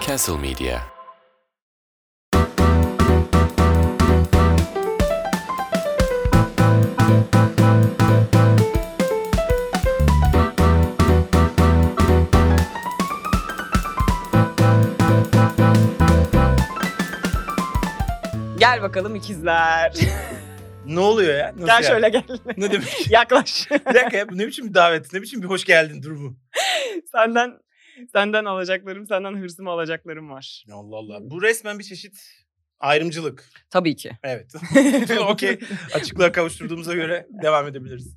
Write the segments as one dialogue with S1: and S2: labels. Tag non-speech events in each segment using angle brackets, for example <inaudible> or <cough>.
S1: Castle Media.
S2: Gel bakalım ikizler.
S3: Ne oluyor ya? Nasıl
S2: gel
S3: yani?
S2: şöyle gel. <laughs>
S3: Ne demek?
S2: Yaklaş.
S3: bir dakika ya bu ne biçim bir davet? Ne biçim bir hoş geldin durumu?
S2: senden senden alacaklarım, senden hırsımı alacaklarım var.
S3: Allah Allah. Bu resmen bir çeşit ayrımcılık.
S2: Tabii <laughs> ki.
S3: Evet. <laughs> Okey. Açıklığa kavuşturduğumuza göre devam edebiliriz.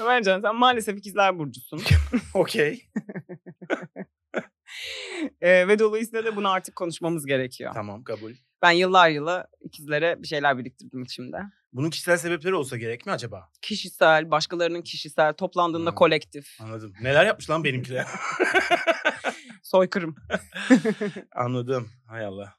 S2: Ömercan sen maalesef ikizler
S3: <laughs>
S2: burcusun.
S3: Okey.
S2: Ee, ve dolayısıyla da bunu artık konuşmamız gerekiyor.
S3: Tamam kabul.
S2: Ben yıllar yılı ikizlere bir şeyler biriktirdim içimde.
S3: Bunun kişisel sebepleri olsa gerek mi acaba?
S2: Kişisel, başkalarının kişisel, toplandığında
S3: Hmm.
S2: kolektif,
S3: Anladım. Neler yapmış lan benimkiler?
S2: soykırım.
S3: Anladım. Hay Allah.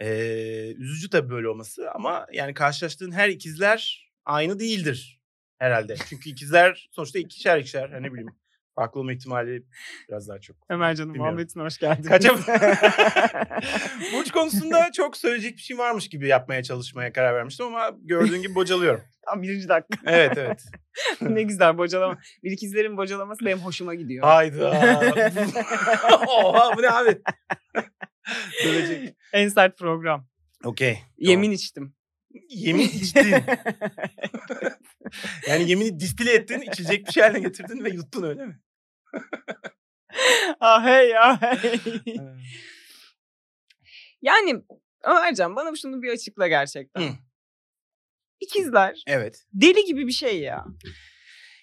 S3: Ee, üzücü tabii böyle olması ama yani karşılaştığın her ikizler aynı değildir herhalde. Çünkü ikizler sonuçta ikişer ikişer. Hani ne bileyim. Farklı olma ihtimali biraz daha çok.
S2: Ömercan'ın
S3: Bilmiyorum.
S2: muhabbetine hoş geldin.
S3: Kaça... <laughs> Burç konusunda çok söyleyecek bir şey varmış gibi yapmaya çalışmaya karar vermiştim ama gördüğün gibi bocalıyorum.
S2: <laughs> Tam birinci dakika.
S3: <laughs> Evet evet.
S2: ne güzel bocalama. Bir ikizlerin bocalaması benim hoşuma gidiyor.
S3: Hayda. <laughs> Oha bu ne abi? Dövecek.
S2: En sert program.
S3: Okey.
S2: Yemin içtim. <laughs>
S3: Tamam. Yemin <laughs> içtin. Yani yemini distile ettin, içilecek bir şey haline getirdin ve yuttun öyle mi?
S2: ah hey ah hey. Yani Ömercan bana şunu bir açıkla gerçekten.
S3: Hı.
S2: İkizler
S3: Evet.
S2: deli gibi bir şey ya.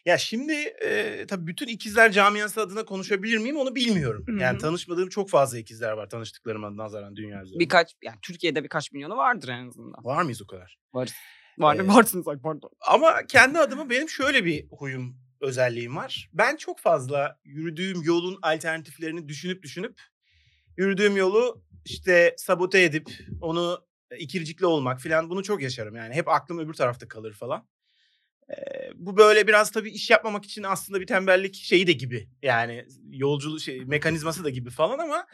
S3: Ya şimdi e, tabii bütün ikizler camiası adına konuşabilir miyim onu bilmiyorum.
S2: Hı
S3: Yani
S2: hı.
S3: tanışmadığım çok fazla ikizler var tanıştıklarıma nazaran dünya üzerinde.
S2: Birkaç yani Türkiye'de birkaç milyonu vardır en azından.
S3: Var mıyız o kadar?
S2: Vardır
S3: Ee,
S2: varsınız ay pardon.
S3: Ama kendi adıma benim şöyle bir huyum özelliğim var. Ben çok fazla yürüdüğüm yolun alternatiflerini düşünüp düşünüp yürüdüğüm yolu işte sabote edip onu e, ikircikli olmak falan bunu çok yaşarım yani. Hep aklım öbür tarafta kalır falan. Ee, bu böyle biraz tabii iş yapmamak için aslında bir tembellik şeyi de gibi. Yani yolculuğu şey, mekanizması da gibi falan ama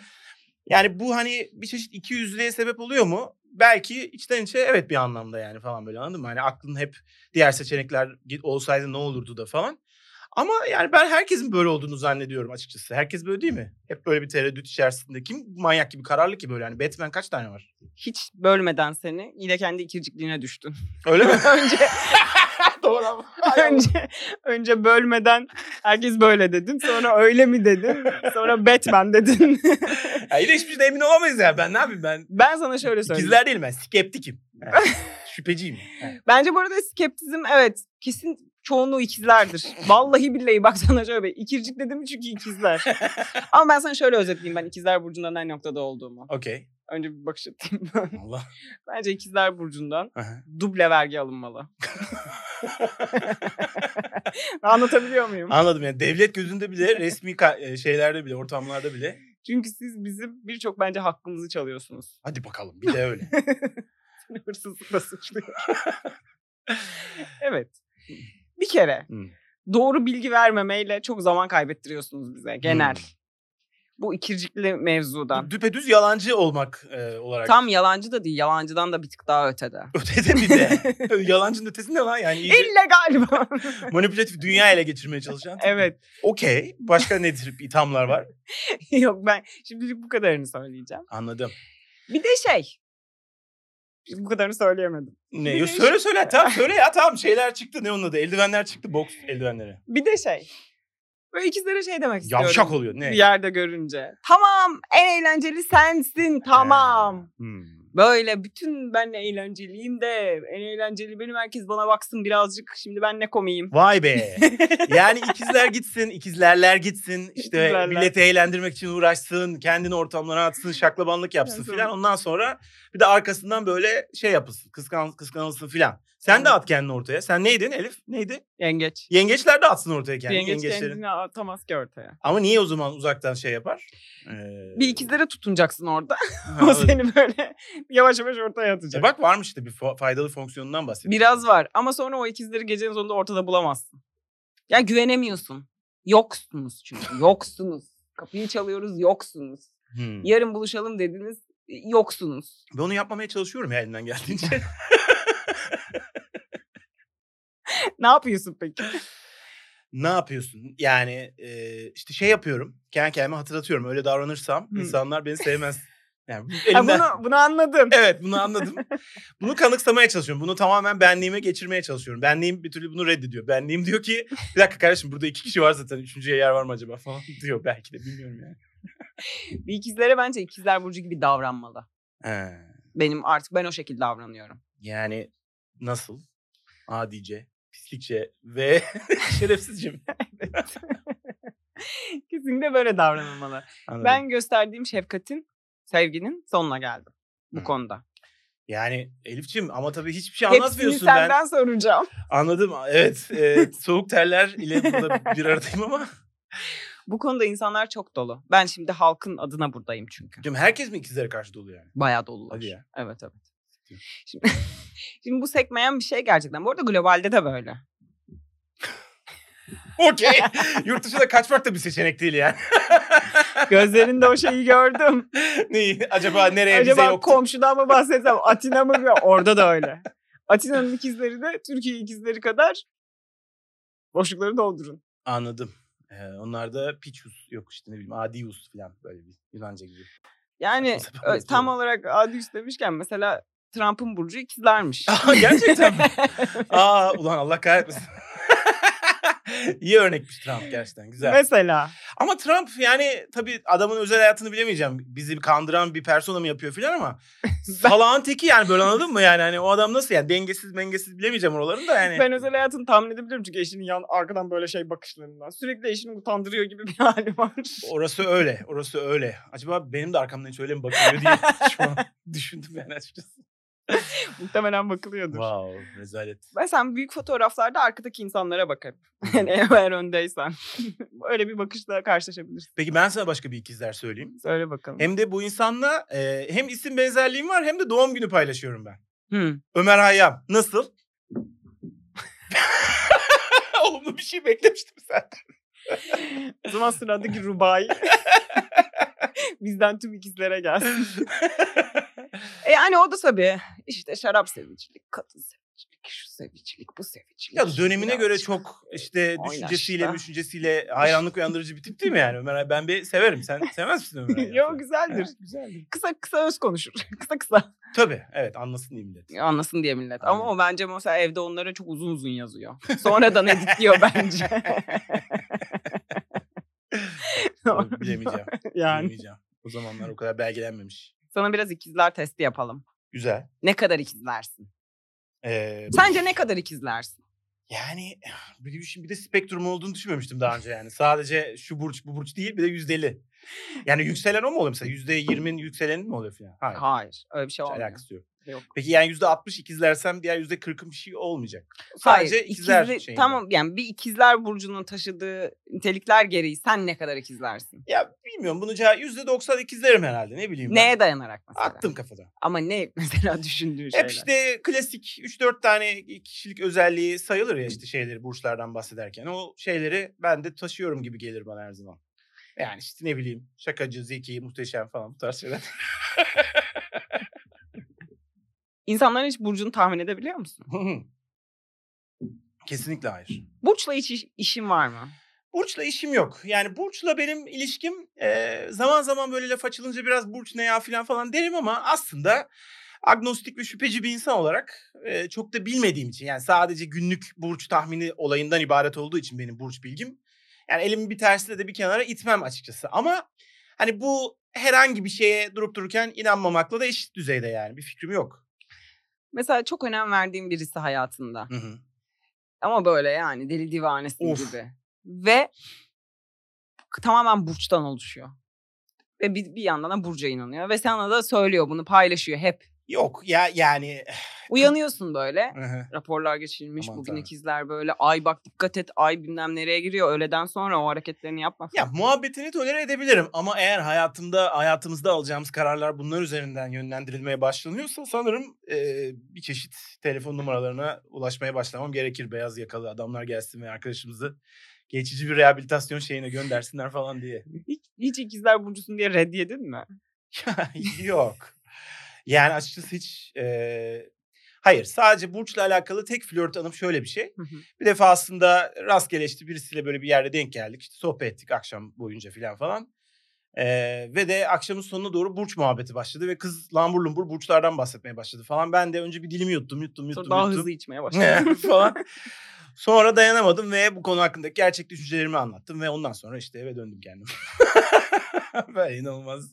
S3: yani bu hani bir çeşit ikiyüzlüğe sebep oluyor mu? Belki içten içe evet bir anlamda yani falan böyle anladın mı? Hani aklın hep diğer seçenekler ge- olsaydı ne olurdu da falan. Ama yani ben herkesin böyle olduğunu zannediyorum açıkçası. Herkes böyle değil mi? Hep böyle bir tereddüt içerisinde. Kim manyak gibi kararlı ki böyle. Yani Batman kaç tane var?
S2: Hiç bölmeden seni yine kendi ikircikliğine <laughs> düştün.
S3: Öyle mi?
S2: önce
S3: Doğru ama.
S2: <laughs> önce önce bölmeden herkes böyle dedin. Sonra öyle mi dedin? Sonra Batman dedin.
S3: <laughs>
S2: <laughs>
S3: Ya yine hiçbir şeyden emin olamayız ya. Ben ne yapayım ben?
S2: ben sana şöyle söyleyeyim.
S3: İkizler değilim
S2: <laughs>
S3: ben. Skeptikim. Yani şüpheciyim. Yani.
S2: Bence bu arada skeptizm evet kesin çoğunluğu ikizlerdir. Vallahi billahi bak sana şöyle bir ikircik dedim çünkü ikizler. Ama ben sana şöyle özetleyeyim ben ikizler burcundan ne noktada olduğumu. <laughs>
S3: Okey.
S2: Önce bir bakış atayım. <laughs>
S3: Allah.
S2: Bence ikizler burcundan
S3: Aha.
S2: duble vergi alınmalı. Anlatabiliyor muyum?
S3: Anladım yani devlet gözünde bile resmi ka- e, şeylerde bile ortamlarda bile.
S2: Çünkü siz bizim birçok bence hakkımızı çalıyorsunuz.
S3: Hadi bakalım bir de öyle.
S2: <laughs> Seni hırsızlıkla suçluyor. <laughs> evet. Bir kere
S3: Hmm.
S2: doğru bilgi vermemeyle çok zaman kaybettiriyorsunuz bize genel.
S3: Hmm.
S2: Bu ikircikli mevzudan.
S3: Düpedüz yalancı olmak e, olarak.
S2: Tam yalancı da değil, yalancıdan da bir tık daha ötede.
S3: <laughs> Ötede
S2: <laughs>
S3: bir de. Yalancının ötesinde lan yani. iyice
S2: İlle galiba.
S3: manipülatif dünya ele geçirmeye çalışan. tip.
S2: evet. <laughs>
S3: Okey. Başka ne tip ithamlar var?
S2: Yok ben şimdilik bu kadarını söyleyeceğim.
S3: Anladım.
S2: Bir de şey. Bu kadarını söyleyemedim.
S3: Ne?
S2: Bir
S3: Yo,
S2: de
S3: söyle söyle. Tamam söyle ya tamam. Şeyler çıktı. Ne onun adı? Eldivenler çıktı. Boks eldivenleri.
S2: Bir de şey. Böyle ikizlere şey demek istiyorum.
S3: Yavşak oluyor. Ne?
S2: Bir yerde görünce. Tamam en eğlenceli sensin tamam.
S3: Hmm.
S2: Böyle bütün ben eğlenceliyim de en eğlenceli benim herkes bana baksın birazcık. Şimdi ben ne komiyim. <laughs>
S3: Vay be. Yani ikizler gitsin, ikizlerler gitsin. işte
S2: İkizlerler.
S3: milleti eğlendirmek için uğraşsın, kendini ortamlara atsın, şaklabanlık yapsın
S2: Evet,
S3: filan. Ondan sonra bir de arkasından böyle şey yapılsın, kıskan, kıskanılsın filan. Sen de at kendini ortaya. Sen neydin Elif? Neydi? <laughs>
S2: Yengeç.
S3: Yengeçler de atsın ortaya kendini.
S2: Yengeç
S3: yengeçlerin.
S2: kendini atamaz ki ortaya.
S3: Ama niye o zaman uzaktan şey yapar? Ee,
S2: Bir ikizlere tutunacaksın orada. <laughs>
S3: ha,
S2: o
S3: anladım.
S2: seni böyle <laughs> yavaş yavaş ortaya
S3: E
S2: atacak.
S3: bak varmış işte bir fa- faydalı fonksiyonundan bahsediyor.
S2: Biraz var ama sonra o ikizleri gecenin
S3: <laughs>
S2: sonunda ortada bulamazsın. Ya güvenemiyorsun. Yoksunuz çünkü. Yoksunuz. Kapıyı çalıyoruz yoksunuz.
S3: Hmm.
S2: Yarın buluşalım dediniz e, yoksunuz. <laughs>
S3: Ben onu yapmamaya çalışıyorum ya elimden geldiğince. <laughs>
S2: ne yapıyorsun peki?
S3: ne yapıyorsun? Yani e, işte şey yapıyorum. Kendi kendime hatırlatıyorum. Öyle davranırsam
S2: Hmm.
S3: insanlar beni sevmez.
S2: <laughs>
S3: Yani bu
S2: Ha,
S3: <laughs> elimden-
S2: bunu, bunu anladım.
S3: <laughs> Evet bunu anladım. bunu kanıksamaya çalışıyorum. Bunu tamamen benliğime geçirmeye çalışıyorum. Benliğim bir türlü bunu reddediyor. Benliğim diyor ki bir dakika kardeşim burada iki kişi var zaten. Üçüncüye yer var mı acaba falan <laughs> diyor belki de bilmiyorum yani.
S2: Bir ikizlere bence ikizler burcu gibi davranmalı.
S3: He,
S2: Benim artık ben o şekilde davranıyorum.
S3: yani nasıl? Adice, pislikçe ve <laughs> şerefsizce mi?
S2: <laughs> Kesinlikle böyle davranılmalı.
S3: Anladım.
S2: Ben gösterdiğim şefkatin, sevginin sonuna geldim bu
S3: Hı.
S2: konuda.
S3: Yani Elifçim ama tabii hiçbir şey
S2: Hepsini
S3: anlatmıyorsun ben.
S2: senden soracağım. <laughs>
S3: Anladım. Evet. e, soğuk terler ile burada bir aradayım ama.
S2: Bu konuda insanlar çok dolu. Ben şimdi halkın adına buradayım çünkü.
S3: Canım herkes mi ikizlere karşı
S2: <laughs>
S3: dolu yani?
S2: Bayağı dolular.
S3: Hadi ya.
S2: Evet evet.
S3: Diyorum.
S2: Şimdi, <laughs> şimdi bu sekmeyen bir şey gerçekten. Bu arada globalde de böyle.
S3: Okey. <laughs> Yurt dışına kaçmak da bir seçenek değil yani. <laughs>
S2: Gözlerinde o şeyi <laughs> gördüm.
S3: Neyi? Acaba nereye bize
S2: Acaba
S3: yoktu?
S2: komşudan mı bahsetsem Atina mı? Orada da <laughs> öyle. Atina'nın ikizleri de Türkiye ikizleri kadar boşlukları doldurun.
S3: Anladım. Ee, onlar da Pichus yok işte ne bileyim Adius falan böyle bir
S2: <laughs>
S3: Yunanca gibi.
S2: Yani
S3: Saçma sapan
S2: ö-
S3: yazıyorum.
S2: tam olarak Adius demişken mesela Trump'ın burcu ikizlermiş. <laughs>
S3: Aa, gerçekten mi? Aa ulan Allah kahretmesin. <laughs> İyi örnekmiş Trump gerçekten <laughs> güzel.
S2: mesela.
S3: Ama Trump yani tabii adamın özel hayatını bilemeyeceğim. Bizi kandıran bir persona mı yapıyor filan ama salağın teki yani böyle anladın mı? Yani hani o adam nasıl yani dengesiz dengesiz bilemeyeceğim oralarını da yani.
S2: Ben özel hayatını tahmin edebilirim çünkü eşinin yan arkadan böyle şey bakışlarından. Sürekli eşini utandırıyor gibi bir <laughs> hali var.
S3: Orası öyle. Orası öyle. Acaba benim de arkamdan hiç öyle mi bakılıyor diye <laughs> şu an düşündüm yani açıkçası.
S2: Muhtemelen bakılıyordur.
S3: Wow rezalet.
S2: Ben sen büyük fotoğraflarda arkadaki insanlara bakarım. <laughs> Yani eğer öndeysen. <laughs> Öyle bir bakışla karşılaşabilirsin.
S3: Peki ben sana başka bir ikizler söyleyeyim.
S2: Söyle bakalım.
S3: Hem de bu insanla e, hem isim benzerliğim var hem de doğum günü paylaşıyorum ben.
S2: Hmm.
S3: Ömer Hayyam nasıl? <laughs> Olumlu bir şey beklemiştim sen.
S2: O zaman sıradaki
S3: <laughs>
S2: Rubai. Bizden tüm ikizlere gelsin.
S3: <laughs>
S2: E yani o da tabii işte şarap sevicilik, kadın sevicilik, şu sevicilik, bu sevicilik.
S3: Ya
S2: <laughs>
S3: dönemine göre
S2: Birazcık.
S3: çok işte
S2: O
S3: düşüncesiyle
S2: yaşta.
S3: düşüncesiyle hayranlık uyandırıcı bir tip değil mi yani Ömer Hayyam? Ben bir severim. Sen sevmez misin
S2: <laughs>
S3: Ömer Hayyam'ı?
S2: Yo güzeldir.
S3: Güzeldir.
S2: Kısa kısa öz konuşur. <laughs> kısa kısa.
S3: Tabii evet anlasın diye millet.
S2: <laughs> Anlasın diye millet. Ama
S3: Aynen.
S2: o bence mesela evde onlara çok uzun uzun yazıyor. Sonradan editliyor bence.
S3: <laughs> Tabii, Bilemeyeceğim.
S2: <laughs> yani.
S3: Bilemeyeceğim. O zamanlar o kadar belgelenmemiş.
S2: Sana biraz ikizler testi yapalım.
S3: Güzel.
S2: Ne kadar ikizlersin?
S3: Ee,
S2: Sence ne kadar ikizlersin?
S3: yani bir, de- bir de spektrum olduğunu düşünmemiştim daha önce yani. Sadece şu burç bu burç değil bir de yüzdeli. Yani yükselen o mu oluyor mesela? Yüzde yirminin yükseleni mi oluyor falan? Hayır.
S2: Hayır. Öyle bir şey
S3: Hiç
S2: olmuyor.
S3: alakası yok.
S2: Yok.
S3: Peki yani yüzde altmış ikizlersem diğer yüzde kırkın bir şey olmayacak.
S2: Hayır,
S3: Sadece ikizler
S2: ikizli-
S3: şeyinde.
S2: Tamam yani bir ikizler burcunun taşıdığı nitelikler gereği sen ne kadar ikizlersin?
S3: Ya bilmiyorum bunu cevap yüzde doksan ikizlerim herhalde ne bileyim. ben.
S2: Neye dayanarak mesela?
S3: Attım kafadan.
S2: Ama ne <laughs> mesela düşündüğün şeyler?
S3: Hep işte klasik 3-4 tane kişilik özelliği sayılır ya işte şeyleri burçlardan bahsederken. O şeyleri ben de taşıyorum gibi gelir bana her zaman. Yani işte ne bileyim şakacı, zeki, muhteşem falan bu tarz şeyler. <laughs>
S2: İnsanların hiç burcunu tahmin edebiliyor musun?
S3: Kesinlikle hayır.
S2: Burçla hiç iş- işin var mı?
S3: Burç'la işim yok. Yani Burç'la benim ilişkim eee, zaman zaman böyle laf açılınca biraz Burç ne ya falan falan derim ama aslında agnostik ve şüpheci bir insan olarak eee, çok da bilmediğim için yani sadece günlük Burç tahmini olayından ibaret olduğu için benim Burç bilgim. Yani elimi bir tersiyle de bir kenara itmem açıkçası ama hani bu herhangi bir şeye durup dururken inanmamakla da eşit düzeyde yani bir fikrim yok.
S2: Mesela çok önem verdiğin birisi hayatında.
S3: Hı hı.
S2: Ama böyle yani deli divanesi
S3: Of.
S2: gibi. Ve tamamen burçtan oluşuyor. Ve bir, bir yandan da burca inanıyor. Ve sana da söylüyor bunu paylaşıyor hep.
S3: Yok ya yani. eh,
S2: Uyanıyorsun böyle.
S3: Hı hı.
S2: raporlar geçirilmiş.
S3: Aman
S2: Bugün
S3: tanrım.
S2: ikizler böyle ay bak dikkat et ay bilmem nereye giriyor. Öğleden sonra o hareketlerini yapma.
S3: Ya
S2: falan.
S3: muhabbetini tolere edebilirim ama eğer hayatımda hayatımızda alacağımız kararlar bunlar üzerinden yönlendirilmeye başlanıyorsa sanırım eee, bir çeşit telefon numaralarına ulaşmaya başlamam gerekir. Beyaz yakalı adamlar gelsin ve arkadaşımızı geçici bir rehabilitasyon şeyine göndersinler falan diye.
S2: <laughs> Hiç, hiç ikizler burcusun diye red yedin mi?
S3: Ya, <laughs> Yok. Yani açıkçası hiç e, hayır sadece burçla alakalı tek flört anım şöyle bir şey.
S2: Hı hı.
S3: Bir defa aslında rastgele işte birisiyle böyle bir yerde denk geldik. İşte sohbet ettik akşam boyunca filan falan. E, ve de akşamın sonuna doğru burç muhabbeti başladı ve kız lambur lumbur burçlardan bahsetmeye başladı falan. Ben de önce bir dilimi yuttum yuttum yuttum
S2: Sonra daha
S3: yuttum.
S2: hızlı
S3: <laughs>
S2: içmeye başladın.
S3: falan. Sonra dayanamadım ve bu konu hakkındaki gerçek düşüncelerimi anlattım ve ondan sonra işte eve döndüm kendim. <laughs> Böyle inanılmaz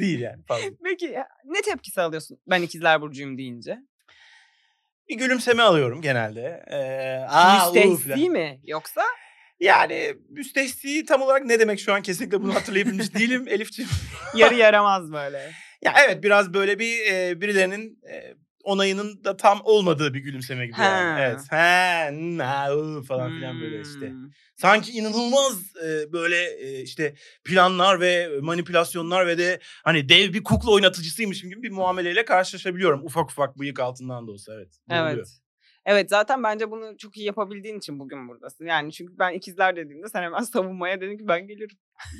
S3: değil yani fazla.
S2: Peki ya, ne tepkisi alıyorsun ben ikizler burcuyum deyince?
S3: Bir gülümseme alıyorum genelde. Ee, aa, uu falan.
S2: Müstehsi mi yoksa?
S3: Yani müstehsi tam olarak ne demek şu an kesinlikle bunu hatırlayabilmiş değilim Elifciğim.
S2: Yarı yaramaz böyle.
S3: Ya evet biraz böyle bir e, birilerinin e, onayının da tam olmadığı bir gülümseme gibi.
S2: Ha.
S3: Yani. Evet. Ha, na, uu <laughs> falan filan böyle işte.
S2: Hmm.
S3: sanki inanılmaz e, böyle e, işte planlar ve manipülasyonlar ve de hani dev bir kukla oynatıcısıymışım gibi bir muameleyle karşılaşabiliyorum. Ufak ufak bıyık altından da olsa evet. Oluyor.
S2: Evet. Evet zaten bence bunu çok iyi yapabildiğin için bugün buradasın. Yani çünkü ben ikizler dediğimde sen hemen savunmaya dedin ki ben gelirim.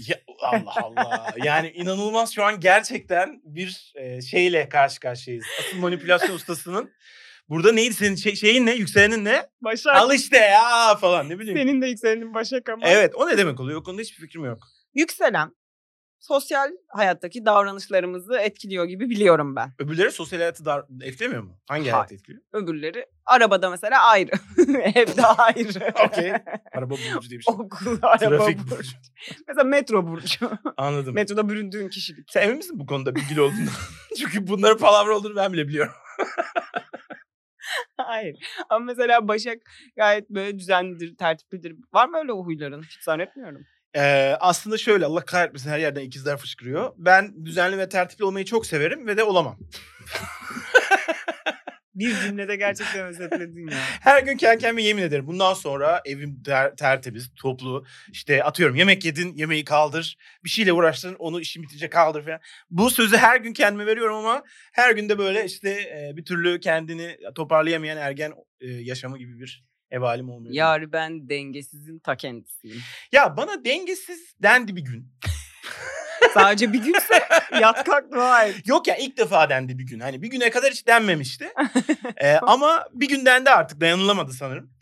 S3: Ya, Allah Allah. Yani inanılmaz şu an gerçekten bir e, şeyle karşı karşıyayız. Asıl manipülasyon ustasının. Burada neydi senin şey- şeyin ne? Yükselenin ne?
S2: Başak.
S3: Al işte ya falan ne bileyim.
S2: Senin de yükselenin Başak ama.
S3: Evet o ne demek oluyor? O konuda hiçbir fikrim yok.
S2: Yükselen sosyal hayattaki davranışlarımızı etkiliyor gibi biliyorum ben.
S3: Öbürleri sosyal hayatı dar- etkilemiyor mu? Hangi
S2: Hayır.
S3: hayatı etkiliyor?
S2: Öbürleri arabada mesela ayrı. <laughs> Evde ayrı. <laughs>
S3: Okey. Araba bulucu diye bir şey.
S2: Okul, araba
S3: Trafik
S2: burcu.
S3: burcu.
S2: Mesela metro burcu. <laughs>
S3: Anladım.
S2: Metroda büründüğün kişilik. <laughs>
S3: Sen emin misin bu konuda bilgili olduğundan? <laughs> Çünkü bunların palavra olduğunu ben bile biliyorum.
S2: Hayır. Ama mesela Başak gayet böyle düzenlidir, tertiplidir. Var mı öyle o huyların? Hiç zannetmiyorum.
S3: Ee, aslında şöyle Allah kahretmesin her yerden ikizler fışkırıyor. Ben düzenli ve tertipli olmayı çok severim ve de olamam.
S2: Bir cümlede gerçekten özetledin
S3: <laughs>
S2: ya.
S3: Her gün kendi kendime yemin ederim. Bundan sonra evim ter- tertemiz, toplu. İşte atıyorum yemek yedin, yemeği kaldır. Bir şeyle uğraştın, onu işin bitince kaldır falan. Bu sözü her gün kendime veriyorum ama her günde böyle işte e, bir türlü kendini toparlayamayan ergen e, yaşamı gibi bir ev halim olmuyor.
S2: Yar ben dengesizin ta kendisiyim.
S3: ya bana dengesiz dendi bir gün.
S2: Sadece bir günse yat kalk dua et.
S3: Yok ya ilk defa dendi bir gün. Hani bir güne kadar hiç denmemişti. Ee, ama bir gün dendi artık dayanılamadı sanırım.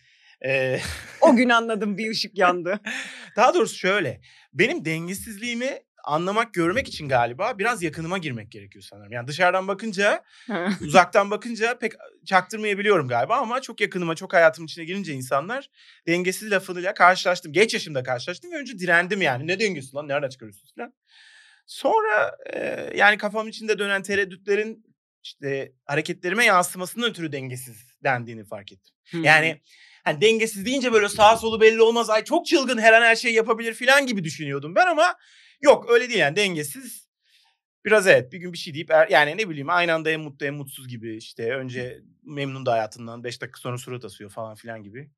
S3: Ee, <laughs>
S2: O gün anladım bir ışık yandı. <laughs>
S3: daha doğrusu şöyle. Benim dengesizliğimi anlamak, görmek için galiba biraz yakınıma girmek gerekiyor sanırım. Yani dışarıdan bakınca, <laughs> uzaktan bakınca pek çaktırmayabiliyorum galiba ama çok yakınıma, çok hayatımın içine girince insanlar dengesiz lafıyla karşılaştım. Geç yaşımda karşılaştım ve önce direndim yani. Ne dengesi lan? Nereden çıkarıyorsunuz falan. Sonra e, yani kafamın içinde dönen tereddütlerin işte hareketlerime yansımasının ötürü dengesiz dendiğini fark ettim. Yani hani dengesiz deyince böyle sağ solu belli olmaz. Ay çok çılgın her an her şeyi yapabilir falan gibi düşünüyordum ben ama yok öyle değil yani dengesiz. Biraz evet bir gün bir şey deyip er- yani ne bileyim aynı anda hem mutlu hem mutsuz gibi işte önce memnun da hayatından 5 dakika sonra surat asıyor falan filan gibi.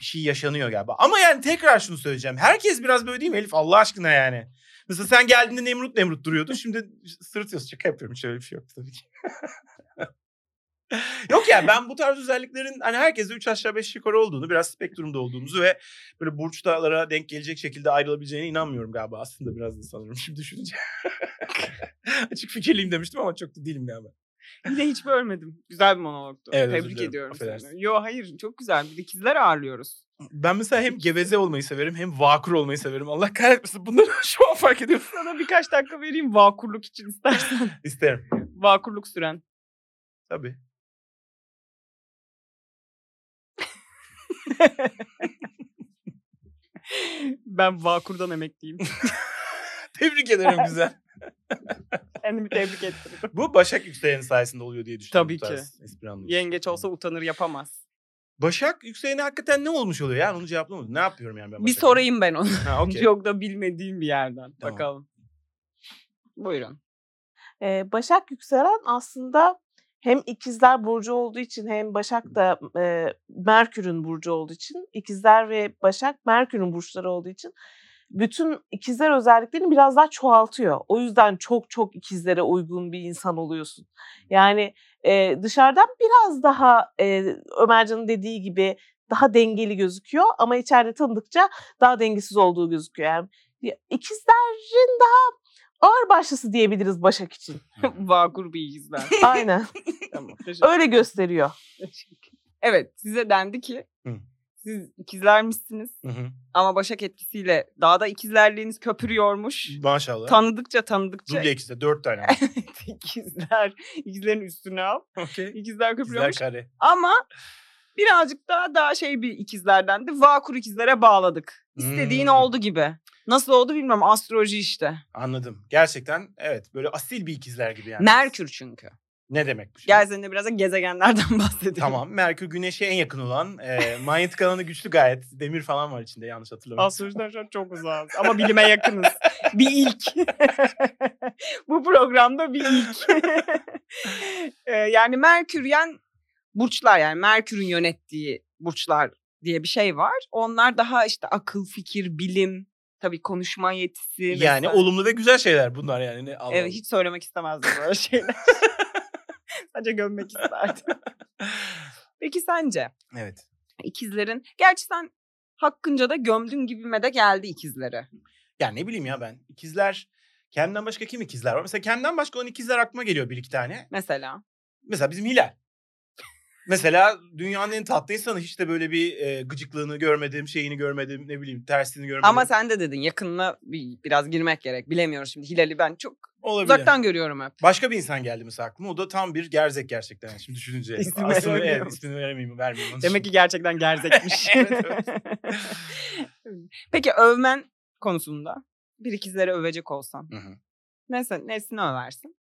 S3: Bir şey yaşanıyor galiba. Ama yani tekrar şunu söyleyeceğim. Herkes biraz böyle değil mi Elif Allah aşkına yani. Mesela sen geldiğinde Nemrut Nemrut duruyordu. Şimdi sırıtıyorsun. Şaka yapıyorum. Hiç öyle bir şey yok tabii ki. Yok ya ben bu tarz özelliklerin hani herkese üç aşağı beş yukarı olduğunu biraz spektrumda olduğumuzu ve böyle burçlara denk gelecek şekilde ayrılabileceğine inanmıyorum galiba aslında biraz da sanırım şimdi düşününce. <laughs> Açık fikirliyim demiştim ama çok da değilim galiba.
S2: Yine hiç bölmedim. Güzel bir monologtu.
S3: Evet, özür
S2: Tebrik
S3: dilerim.
S2: ediyorum
S3: Affedersin.
S2: seni. Yo hayır çok güzel. Bir de ikizler ağırlıyoruz.
S3: Ben mesela hem geveze olmayı severim hem vakur olmayı severim. Allah kahretmesin bunları <laughs> şu an fark ediyorum.
S2: Sana birkaç dakika vereyim vakurluk için istersen. <laughs>
S3: İsterim.
S2: Vakurluk süren.
S3: Tabii.
S2: Ben vakurdan
S3: <laughs>
S2: emekliyim.
S3: Tebrik <laughs> ederim güzel.
S2: Kendimi tebrik ettim.
S3: Bu Başak Yükselen'in sayesinde oluyor diye düşünüyorum.
S2: Tabii
S3: bu tarz espri anlayışı.
S2: Yengeç olsa utanır yapamaz.
S3: Başak Yükselen'e hakikaten ne olmuş oluyor yani onu cevaplamadım. Ne yapıyorum yani ben
S2: Bir
S3: Başak'a?
S2: sorayım ben onu.
S3: Ha, okey.
S2: Çok da bilmediğim bir yerden.
S3: Tamam.
S2: Bakalım. Buyurun.
S1: Ee, Başak yükselen aslında hem ikizler burcu olduğu için hem Başak da e, Merkür'ün burcu olduğu için ikizler ve Başak Merkür'ün burçları olduğu için bütün ikizler özelliklerini biraz daha çoğaltıyor. O yüzden çok çok ikizlere uygun bir insan oluyorsun. Yani e, dışarıdan biraz daha e, Ömercan'ın dediği gibi daha dengeli gözüküyor ama içeride tanıdıkça daha dengesiz olduğu gözüküyor. Yani ya- ikizlerin daha ağır başlısı diyebiliriz Başak için.
S2: Vakur bir
S3: <laughs>
S2: ikizler.
S1: Aynen.
S2: tamam. Teşekkür
S1: Öyle gösteriyor.
S2: Evet size dendi ki
S3: Hı.
S2: siz ikizlermişsiniz
S3: Hı hı.
S2: ama başak etkisiyle daha da ikizlerliğiniz köpürüyormuş.
S3: Maşallah.
S2: Tanıdıkça tanıdıkça
S3: Duble ikisi de dört tane. var.
S2: <laughs> ikizler, ikizlerin üstüne al.
S3: Okey.
S2: İkizler
S3: Güzel
S2: köpürüyormuş
S3: kare.
S2: ama birazcık daha daha şey bir ikizlerden de vakur ikizlere bağladık. İstediğin
S3: Hmm.
S2: oldu gibi. Nasıl oldu bilmiyorum astroloji işte.
S3: Anladım. Gerçekten evet böyle asil bir ikizler gibi yani.
S2: Merkür çünkü.
S3: Ne demek bu şimdi?
S2: Gel seninle biraz da gezegenlerden <laughs> bahsedelim.
S3: <laughs> Tamam. Merkür güneşe en yakın olan. E, manyetik alanı güçlü gayet. Demir falan var içinde yanlış hatırlamıyorum.
S2: Astrolojiden şu an çok uzağız ama bilime yakınız. <laughs> bir ilk. <laughs> Bu programda bir ilk. <laughs> Ee, yani Merküryen burçlar yani Merkür'ün yönettiği burçlar diye bir şey var. Onlar daha işte akıl, fikir, bilim, tabii konuşma yetisi.
S3: yani
S2: vesaire.
S3: olumlu ve güzel şeyler bunlar yani. Ne, Allah
S2: Evet hiç söylemek istemezdim böyle şeyler. Sadece gömmek isterdim.
S3: Allah.
S2: Peki sence
S3: evet.
S2: ikizlerin, gerçi sen hakkınca da gömdün gibime de geldi ikizlere.
S3: Yani ne bileyim ya ben. İkizler Kem'den başka kim ikizler var? Mesela Kem'den başka on ikizler aklıma geliyor bir iki tane.
S2: Mesela.
S3: Mesela bizim Hilal. Mesela dünyanın en tatlı insanı hiç de böyle bir e, gıcıklığını görmedim, şeyini görmedim, ne bileyim tersini görmedim.
S2: Ama sen de dedin yakınına bir, biraz girmek gerek. Bilemiyorum şimdi Hilal'i ben çok
S3: Olabilir.
S2: uzaktan görüyorum hep.
S3: Başka bir insan geldi mesela aklıma. O da tam bir gerzek gerçekten. Yani Şimdi
S2: <laughs>
S3: düşününce.
S2: İsim
S3: Aslında
S2: veremiyorum.
S3: evet, ismini vermeyeyim, vermeyeyim. onu
S2: Demek
S3: şimdi.
S2: ki gerçekten <laughs> gerzekmiş.
S3: Evet, evet.
S2: Peki övmen konusunda bir ikizleri övecek olsan.
S3: Hı hı.
S2: Neyse nesini översin?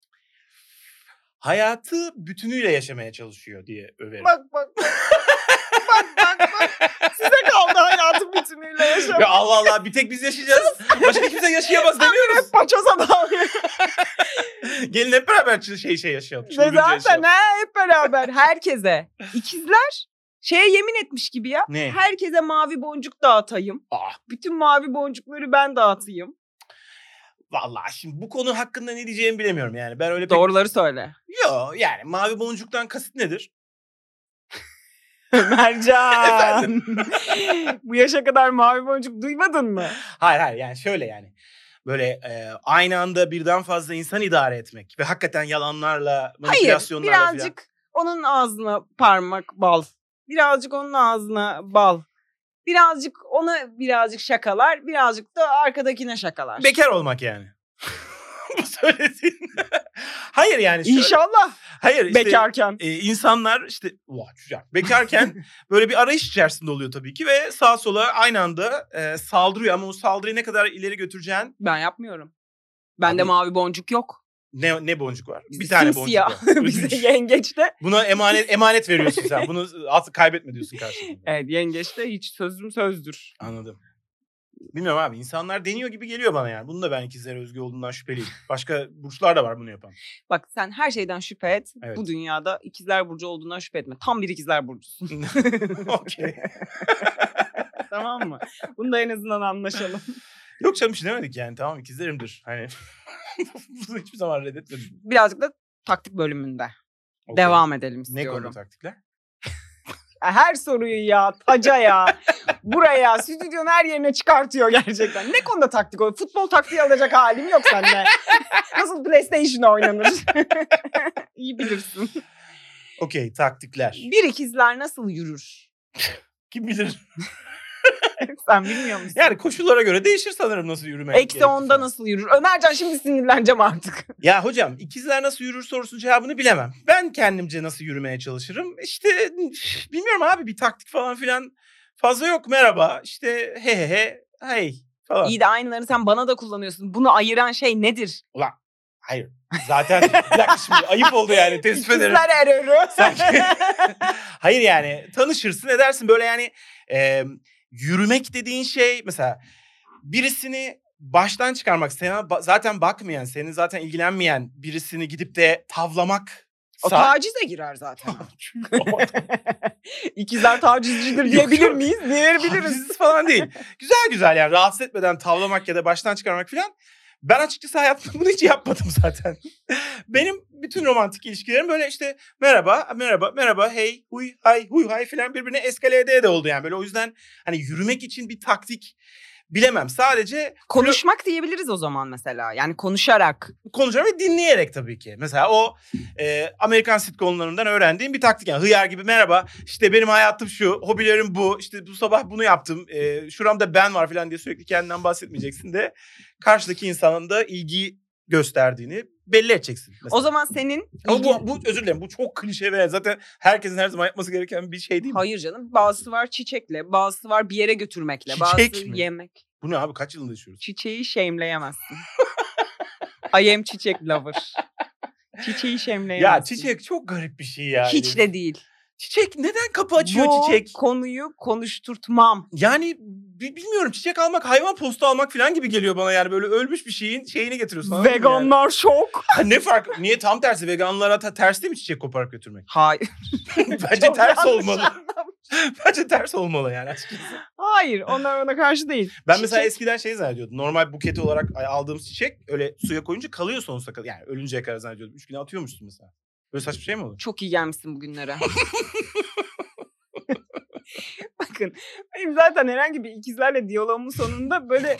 S3: Hayatı bütünüyle yaşamaya çalışıyor diye överim.
S2: Bak bak. bak bak bak. Size kaldı hayatın bütünüyle
S3: Ya
S2: yaşamak.
S3: Allah Allah bir tek
S2: <laughs>
S3: biz yaşayacağız. Başka kimse yaşayamaz demiyoruz.
S2: Paçoza bağlıyor.
S3: Gelin hep beraber ç- şey şey yaşayalım.
S2: Ve
S3: çılgınca
S2: zaten
S3: yaşayalım.
S2: ha, hep beraber herkese. İkizler şeye yemin etmiş gibi ya.
S3: Ne?
S2: Herkese mavi boncuk dağıtayım.
S3: Aa,
S2: Bütün mavi boncukları ben dağıtayım.
S3: vallahi şimdi bu konu hakkında ne diyeceğimi bilemiyorum yani. Ben öyle pek...
S2: Doğruları söyle.
S3: Yo yani mavi boncuktan kasıt nedir?
S2: <laughs> Mercan. <laughs> Bu yaşa kadar mavi boncuk duymadın mı?
S3: Hayır hayır yani şöyle yani. Böyle e, aynı anda birden fazla insan idare etmek ve hakikaten yalanlarla,
S2: Hayır.
S3: manipülasyonlarla falan.
S2: Birazcık onun ağzına parmak bal. Birazcık onun ağzına bal. Birazcık ona birazcık şakalar, birazcık da arkadakine şakalar.
S3: Bekar olmak yani. <laughs> Bu söylediğin. <laughs> hayır yani. şöyle-
S2: İnşallah
S3: Hayır işte.
S2: bekarken.
S3: e, insanlar işte Vah, güzel.
S2: <laughs>
S3: bekarken böyle bir arayış içerisinde oluyor tabii ki ve sağa sola aynı anda e, saldırıyor ama o saldırıyı ne kadar ileri götüreceğin
S2: Ben yapmıyorum. Bende
S3: Abi-
S2: mavi boncuk yok.
S3: ne ne boncuk var?
S2: Bizde
S3: bir tane
S2: simsiyah.
S3: boncuk
S2: <laughs>
S3: var.
S2: Bize yengeçte
S3: Buna emanet emanet veriyorsun sen. Bunu artık kaybetme diyorsun karşılığında.
S2: Evet yengeçte hiç sözüm sözdür.
S3: Anladım. Bilmiyorum abi insanlar deniyor gibi geliyor bana yani. Bunu da ben ikizlere özgü olduğundan şüpheliyim. Başka burçlar da var
S2: <laughs>
S3: bunu yapan.
S2: Bak sen her şeyden şüphe et.
S3: Evet.
S2: Bu dünyada ikizler burcu olduğundan şüphe etme. Tam bir ikizler <laughs> burcusun.
S3: Okey.
S2: tamam mı? Bunu da en azından anlaşalım. <laughs>
S3: Yok canım bir şey demedik yani tamam ikizlerimdir. Hani <laughs> bunu hiçbir zaman reddetmedim.
S2: Birazcık da taktik bölümünde
S3: Okey.
S2: devam edelim
S3: Ne
S2: istiyorum. E,
S3: konuda taktikler?
S2: her soruyu ya, taca ya, buraya, stüdyonun her yerine çıkartıyor gerçekten. Ne konuda taktik o? Futbol taktiği alacak halim yok seninle. Nasıl PlayStation oynanır? İyi bilirsin.
S3: Okey taktikler.
S2: Bir ikizler nasıl yürür?
S3: Kim bilir.
S2: Sen bilmiyor musun?
S3: Yani koşullara göre değişir sanırım nasıl yürümek.
S2: Eksi
S3: gerektiği
S2: onda
S3: falan.
S2: nasıl yürür? Ömercan şimdi sinirleneceğim artık.
S3: Ya hocam ikizler nasıl yürür sorusunun cevabını bilemem. Ben kendimce nasıl yürümeye çalışırım. İşte üf, bilmiyorum abi bir taktik falan filan fazla yok merhaba. İşte he he he hey falan.
S2: İyi de aynılarını sen bana da kullanıyorsun. Bunu ayıran şey nedir?
S3: Hayır zaten bir dakika şimdi ayıp oldu yani tespit ederim.
S2: İkizler erörü.
S3: Sanki- <laughs> Hayır yani tanışırsın edersin böyle yani e, yürümek dediğin şey mesela birisini baştan çıkarmak sana ba- zaten bakmayan senin zaten ilgilenmeyen birisini gidip de tavlamak
S2: <laughs> o
S3: sa-
S2: tacize girer zaten.
S3: Ama
S2: İkizler
S3: <laughs>
S2: tacizcidir
S3: Yok,
S2: diyebilir
S3: yok.
S2: miyiz?
S3: <laughs>
S2: Diyebiliriz.
S3: taciz falan değil. Güzel güzel yani rahatsız etmeden tavlamak ya da baştan çıkarmak falan Ben açıkçası hayatımda bunu hiç yapmadım <laughs> zaten. Benim bütün romantik ilişkilerim böyle işte merhaba, merhaba, merhaba, hey, huy, hay, huy, hay filan birbirine eskale ede de oldu yani. Böyle o yüzden hani yürümek için bir taktik bilemem. Sadece
S2: Konuşmak diyebiliriz o zaman mesela. Yani konuşarak.
S3: konuşarak ve dinleyerek tabii ki. Mesela o e, Amerikan sitcomlarından öğrendiğim bir taktik. Yani hıyar gibi merhaba işte benim hayatım şu, hobilerim bu, işte bu sabah bunu yaptım, e, şuramda ben var falan diye sürekli kendinden bahsetmeyeceksin de karşıdaki insanın da ilgi gösterdiğini belli edeceksin. mesela.
S2: O zaman senin...
S3: Ama bu, bu özür dilerim bu çok klişe ve zaten herkesin her zaman yapması gereken bir şey değil mi?
S2: Hayır canım. Bazısı var çiçekle, bazısı var bir yere götürmekle,
S3: Çiçek
S2: bazısı
S3: mi?
S2: yemek.
S3: Bu ne abi kaç yılında yaşıyoruz?
S2: Çiçeği şemleyemezsin. <laughs> I am çiçek
S3: <laughs>
S2: lover. Çiçeği şemleyemezsin.
S3: Ya çiçek çok garip bir şey yani.
S2: Hiç de değil.
S3: Çiçek neden kapı açıyor
S2: Bu
S3: çiçek?
S2: konuyu konuşturtmam.
S3: Yani bi- bilmiyorum çiçek almak hayvan postu almak falan gibi geliyor bana yani böyle ölmüş bir şeyin şeyini getiriyorsun. anladın mı yani?
S2: Veganlar şok.
S3: Ha, ne fark? Niye tam tersi veganlara ta- ters değil mi çiçek koparıp götürmek?
S2: Hayır. <laughs>
S3: Bence
S2: Çok
S3: ters
S2: yanlış
S3: olmalı. <laughs>
S2: anladım.
S3: Bence ters olmalı yani açıkçası.
S2: Hayır. Onlar ona karşı değil.
S3: Ben mesela
S2: Çiçek-
S3: eskiden şey zannediyordum. Normal buketi olarak aldığım çiçek öyle suya koyunca kalıyor sonsuza kadar. Yani ölünceye kadar zannediyordum. Üç güne atıyormuşsun mesela. Böyle saçma şey
S2: <laughs>
S3: mi olur?
S2: Çok iyi gelmişsin
S3: <laughs>
S2: bugünlere. Bakın benim zaten herhangi bir ikizlerle diyaloğumun sonunda böyle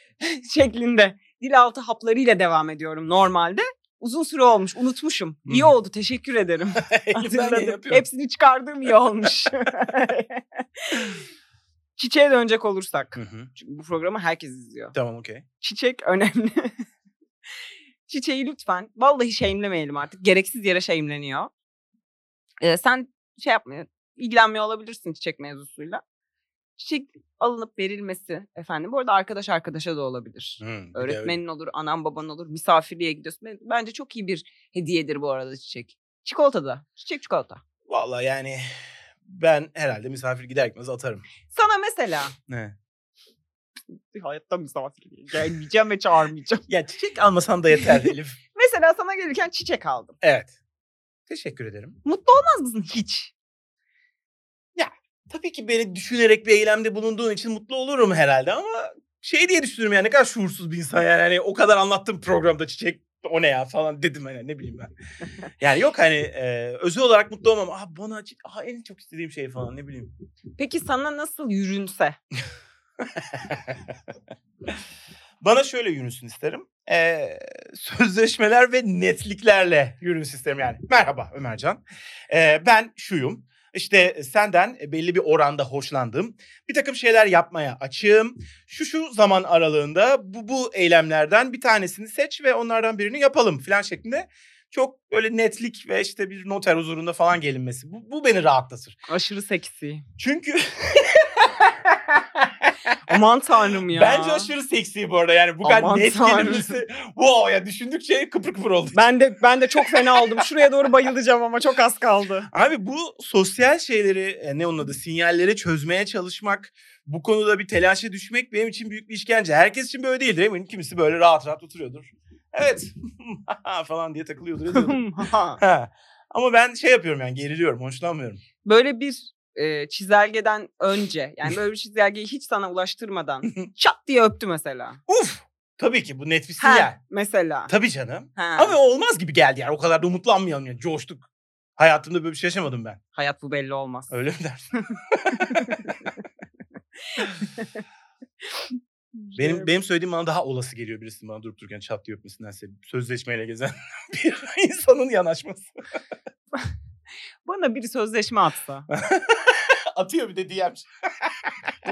S2: <laughs> şeklinde dil altı haplarıyla devam ediyorum normalde. Uzun süre olmuş unutmuşum. İyi
S3: Hı.
S2: oldu teşekkür ederim.
S3: <laughs> Elimden geleni
S2: Hatırladım.
S3: yapıyorum.
S2: Hepsini çıkardığım iyi
S3: <laughs>
S2: olmuş. <laughs> Çiçeğe dönecek olursak.
S3: Hı hı.
S2: Çünkü bu programı herkes izliyor.
S3: Tamam okey.
S2: Çiçek önemli. <laughs> Çiçeği lütfen vallahi şeyimlemeyelim artık. Gereksiz yere şeyimleniyor. Ee, sen şey yapmıyor, ilgilenmiyor olabilirsin çiçek mevzusuyla. Çiçek alınıp verilmesi efendim. Bu arada arkadaş arkadaşa da olabilir.
S3: Hı, bir de öyle.
S2: Öğretmenin olur, anan baban olur, misafirliğe gidiyorsun. Ben- Bence çok iyi bir hediyedir bu arada çiçek. Çikolata da. Çiçek çikolata.
S3: Vallahi yani ben herhalde misafir gider gitmez atarım.
S2: Sana mesela.
S3: Ne?
S2: Hayatta misafirliğe gelmeyeceğim ve çağırmayacağım.
S3: Ya çiçek almasan
S2: <laughs>
S3: da yeter Elif.
S2: mesela sana gelirken çiçek aldım.
S3: Evet. Teşekkür ederim.
S2: Mutlu olmaz mısın hiç?
S3: Tabii ki beni düşünerek bir eylemde bulunduğun için mutlu olurum herhalde ama şey diye düşünürüm yani ne kadar şuursuz bir insan yani. Hani o kadar anlattım programda çiçek o ne ya falan dedim hani ne <laughs> bileyim ben. Yani yok hani e, özel olarak mutlu olmam. Ah bana çi- ah, en çok istediğim şey falan ne bileyim.
S2: Peki sana nasıl yürünse?
S3: Bana şöyle yürünsün isterim. E, sözleşmeler ve netliklerle yürünsün isterim yani. Merhaba Ömercan. E, ben şuyum. İşte senden belli bir oranda hoşlandım. Bir takım şeyler yapmaya açığım. Şu şu zaman aralığında bu bu eylemlerden bir tanesini seç ve onlardan birini yapalım falan şeklinde. Çok böyle netlik ve işte bir noter huzurunda falan gelinmesi. Bu, bu beni rahatlatır.
S2: Aşırı seksi.
S3: Çünkü
S2: Aman tanrım ya.
S3: bence aşırı seksi bu arada. Yani bu kadar
S2: Aman
S3: net
S2: Tanrım.
S3: kelimesi. Wow ya düşündükçe kıpır kıpır oldu.
S2: Ben de ben de çok fena oldum. Şuraya doğru bayılacağım ama çok az kaldı.
S3: Abi bu sosyal şeyleri e, ne onun adı sinyalleri çözmeye çalışmak bu konuda bir telaşa düşmek benim için büyük bir işkence. Herkes için böyle değildir eminim kimisi böyle rahat rahat oturuyordur. Evet <laughs> falan diye
S2: <laughs>
S3: takılıyordur. yazıyordur. ha. Ama ben şey yapıyorum yani geriliyorum hoşlanmıyorum.
S2: <laughs> böyle bir e, çizelgeden önce yani böyle bir çizelgeyi hiç sana <laughs> ulaştırmadan çat diye öptü mesela.
S3: Uf tabii ki bu net bir
S2: Ha,
S3: sinyal.
S2: mesela.
S3: Tabii canım.
S2: Ha.
S3: Ama olmaz gibi geldi yani o kadar da umutlanmayalım yani coştuk. Hayatımda böyle bir şey yaşamadım ben.
S2: Hayat bu belli olmaz.
S3: Öyle mi dersin?
S2: Ee,
S3: benim, benim söylediğim bana daha olası geliyor birisinin bana durup dururken çat diye öpmesindense sözleşmeyle gezen <laughs> bir insanın yanaşması.
S2: Bana biri sözleşme <laughs> atsa.
S3: <laughs> Atıyor bir de DM.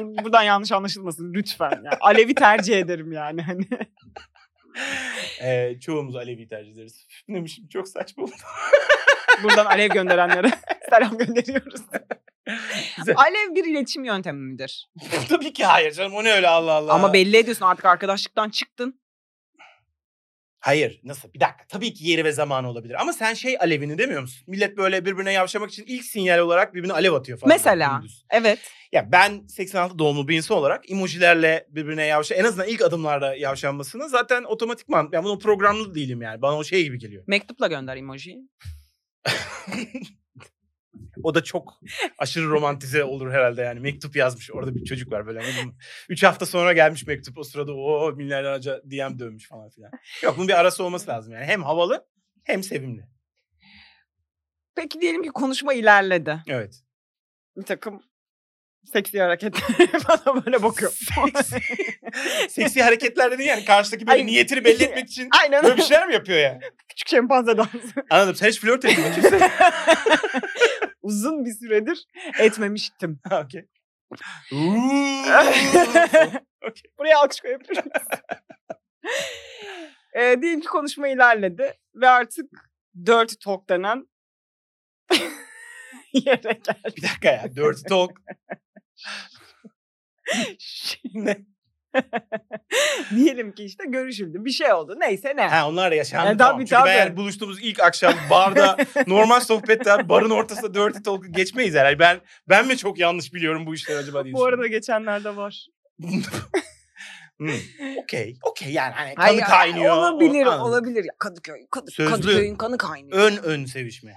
S2: Bu- buradan yanlış anlaşılmasın lütfen. Yani. Alevi tercih ederim yani. Hani.
S3: Ee, çoğumuz Alevi tercih ederiz. Demişim çok saçma oldu.
S2: Buradan Alev <laughs> gönderenlere selam gönderiyoruz.
S3: Güzel.
S2: Alev bir iletişim yöntemi midir?
S3: Tabii ki hayır canım o ne öyle Allah Allah.
S2: Ama belli ediyorsun artık arkadaşlıktan çıktın.
S3: Hayır nasıl bir dakika tabii ki yeri ve zamanı olabilir ama sen şey alevini demiyor musun? Millet böyle birbirine yavşamak için ilk sinyal olarak birbirine alev atıyor falan.
S2: Mesela.
S3: Dümdüz.
S2: Evet.
S3: Ya ben 86 doğumlu bir insan olarak emojilerle birbirine yavşa en azından ilk adımlarda yavşanmasını zaten otomatikman ben bunu programlı değilim yani. Bana o şey gibi geliyor.
S2: Mektupla gönder emojiyi.
S3: O da çok aşırı romantize olur herhalde yani. Mektup yazmış. Orada bir çocuk var böyle. anladın mı? Üç hafta sonra gelmiş mektup. O sırada o milyarlarca DM dönmüş falan filan. Yok bunun bir arası olması lazım yani. Hem havalı hem sevimli.
S2: Peki diyelim ki konuşma ilerledi.
S3: Evet.
S2: Bir takım seksi hareketler <laughs> bana böyle bakıyor.
S3: Seksi hareketler dedin yani karşıdaki böyle
S2: Ay.
S3: niyetini belli etmek için
S2: Aynen.
S3: böyle bir şeyler mi yapıyor yani?
S2: Küçük şempanze dansı.
S3: Anladım. Sen hiç flört ettin mi?
S2: Uzun bir süredir etmemiştim.
S3: Ha, Okey. Uuu.
S2: Buraya alkış
S3: <laughs>
S2: koyabilir miyiz? Ee, diyelim ki konuşma ilerledi ve artık dirty talk denen <laughs> yere geldi.
S3: bir dakika ya. Dirty talk. <laughs> ne?
S2: diyelim ki işte görüşüldü. Bir şey oldu. Neyse ne.
S3: <laughs> Ha onlar da yaşandı.
S2: E,
S3: tamam.
S2: tabii,
S3: Çünkü ben
S2: tabii.
S3: yani buluştuğumuz ilk akşam
S2: <laughs>
S3: barda normal sohbette barın ortasında dirty talk'ı geçmeyiz herhalde. Ben ben mi çok yanlış biliyorum bu işleri acaba diye
S2: Bu arada geçenlerde var.
S3: düşünüyorum. Hmm. Okey. Okey yani hani kanı
S2: Hayır,
S3: kaynıyor.
S2: Olabilir,
S3: Anladım.
S2: olabilir. Ya Kadıköy, Kadı,
S3: Sözlü.
S2: Kadıköy'ün kanı kaynıyor.
S3: Ön ön sevişme.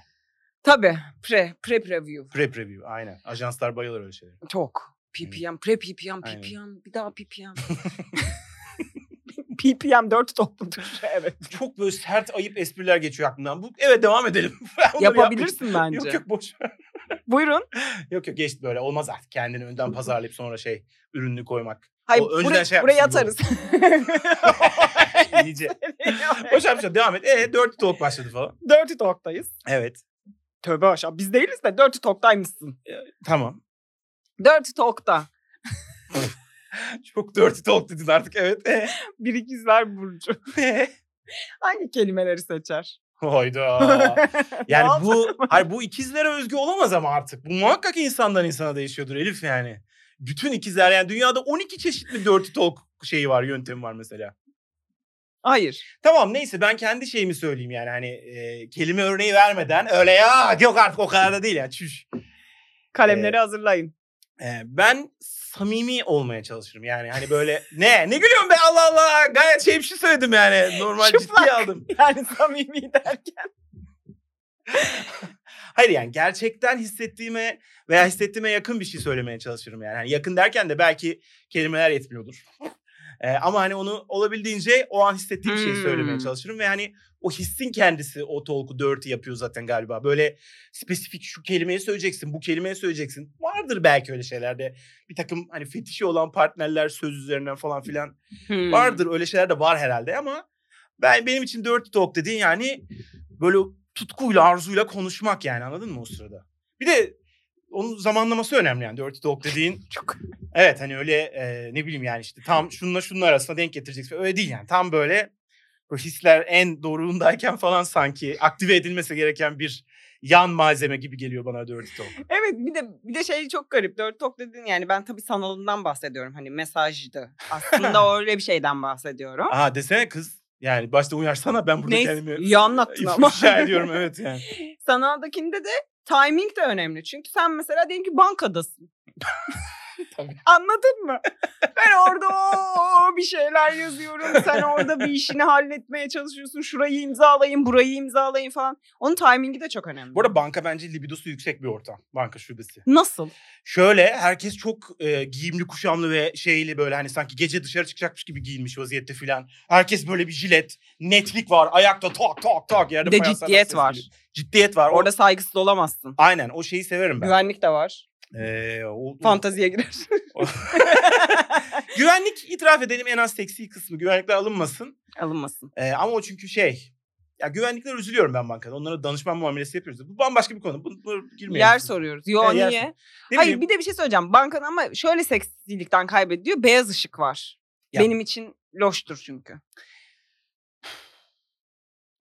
S2: Tabii, pre, pre preview.
S3: Prep review aynen. Ajanslar bayılır öyle şeylere.
S2: Çok. PPM, pre PPM,
S3: Aynen.
S2: PPM, bir daha <laughs> PPM. PPM dört <laughs> toplumdur. Evet.
S3: Çok böyle sert ayıp espriler geçiyor aklımdan. Bu, evet devam edelim. <laughs> Ben onları yapmayayım.
S2: Yapabilirsin bence.
S3: Yok yok boş ver.
S2: Buyurun.
S3: Yok yok geçti böyle. Olmaz artık kendini
S2: <laughs>
S3: önden pazarlayıp sonra şey ürününü koymak. <laughs>
S2: Hayır,
S3: O önceden
S2: buraya,
S3: şey
S2: buraya atarız. <laughs>
S3: yapmışsın İyice. Boş ver, boş ver, devam et. E, dört talk başladı falan.
S2: Dirty Talk'tayız.
S3: Evet.
S2: Tövbe aşağı. Biz değiliz de Dirty Talk'taymışsın.
S3: Tamam. <laughs>
S2: Dirty Talk'ta. <laughs>
S3: Çok dirty talk dedin artık evet. <laughs> E,
S2: Bir ikizler Burcu. <laughs>
S3: e.
S2: Hangi kelimeleri seçer?
S3: Hayda. Yani
S2: Muhakkak-
S3: bu hayır, bu ikizlere özgü olamaz ama artık. Bu muhakkak insandan insana değişiyordur Elif yani. Bütün ikizler yani dünyada 12 çeşitli dirty talk şeyi var, yöntemi var mesela.
S2: Hayır.
S3: Tamam neyse ben kendi şeyimi söyleyeyim yani hani e, kelime örneği vermeden öyle ya yok artık o kadar da değil ya çüş.
S2: Kalemleri hazırlayın.
S3: Ee, ben samimi olmaya çalışırım. Yani hani böyle ne ne gülüyorsun be Allah Allah gayet şey bir şey söyledim yani. Normal
S2: Çıplak.
S3: ciddiye aldım.
S2: Yani samimi derken.
S3: Hayır yani gerçekten hissettiğime veya hissettiğime yakın bir şey söylemeye çalışırım yani. Hani yakın derken de belki kelimeler yetmiyordur. Ee, ama hani onu olabildiğince o an hissettiğim şeyi
S2: Hmm.
S3: söylemeye çalışırım ve hani o hissin kendisi o tolku dörtü yapıyor zaten galiba. Böyle spesifik şu kelimeyi söyleyeceksin, bu kelimeyi söyleyeceksin. Vardır belki öyle şeylerde. Bir takım hani fetişi olan partnerler söz üzerinden falan filan Vardır
S2: Hmm.
S3: öyle şeyler de var herhalde ama ben benim için dirty talk dediğin yani böyle tutkuyla arzuyla konuşmak yani anladın mı o sırada? Bir de onun zamanlaması önemli yani dirty talk dediğin.
S2: <laughs> Çok.
S3: Evet hani öyle e, ne bileyim yani işte tam şununla şunun arasına denk getireceksin. Öyle değil yani tam böyle bu hisler en doğruluğundayken falan sanki aktive edilmesi gereken bir yan malzeme gibi geliyor bana dirty talk.
S2: Evet bir de bir de şey çok garip. Dört tok dedin yani ben tabii sanalından bahsediyorum. Hani mesajdı.
S3: <laughs>
S2: Aslında öyle bir şeyden bahsediyorum.
S3: Aa desene kız yani başta uyarsana ben burada
S2: Neyse
S3: kendimi
S2: iyi anlattın ama.
S3: ifşa ediyorum evet yani.
S2: Sanaldakinde de timing de önemli. Çünkü sen mesela diyelim ki bankadasın.
S3: <laughs> Tabii.
S2: Anladın mı? Ben
S3: <laughs>
S2: orada "Oo, bir şeyler yazıyorum. Sen orada bir işini halletmeye çalışıyorsun. Şurayı imzalayın, burayı imzalayın falan. Onun timingi de çok önemli.
S3: Bu arada banka bence libidosu yüksek bir ortam. Banka şubesi.
S2: Nasıl?
S3: Şöyle herkes çok e, giyimli kuşamlı ve şeyli böyle hani sanki gece dışarı çıkacakmış gibi giyinmiş vaziyette filan. Herkes böyle bir jilet, netlik var. Ayakta tak tak tak.
S2: Bir
S3: Yerde
S2: de
S3: fayanslardan
S2: ciddiyet
S3: ses
S2: var.
S3: geliyor. Ciddiyet var.
S2: Orada
S3: Orada
S2: saygısız olamazsın.
S3: Aynen o şeyi severim ben.
S2: Güvenlik de var.
S3: Ee, o-
S2: Fantaziye girer.
S3: <laughs> Güvenlik itiraf edelim en az seksi kısmı. Güvenlikler alınmasın.
S2: Alınmasın.
S3: Ee, ama o çünkü şey. Ya güvenlikler üzülüyorum ben bankada. Onlara danışman muamelesi yapıyoruz. Bu bambaşka bir konu. Bunu, bunu girmeyelim.
S2: Yer soruyoruz. Yo
S3: Ha, yer
S2: niye?
S3: sor- Ne
S2: Hayır
S3: bileyim,
S2: bir de bir şey söyleyeceğim. Bankanın ama şöyle seksilikten kaybediyor. Beyaz ışık var.
S3: Ya.
S2: Benim için loştur çünkü.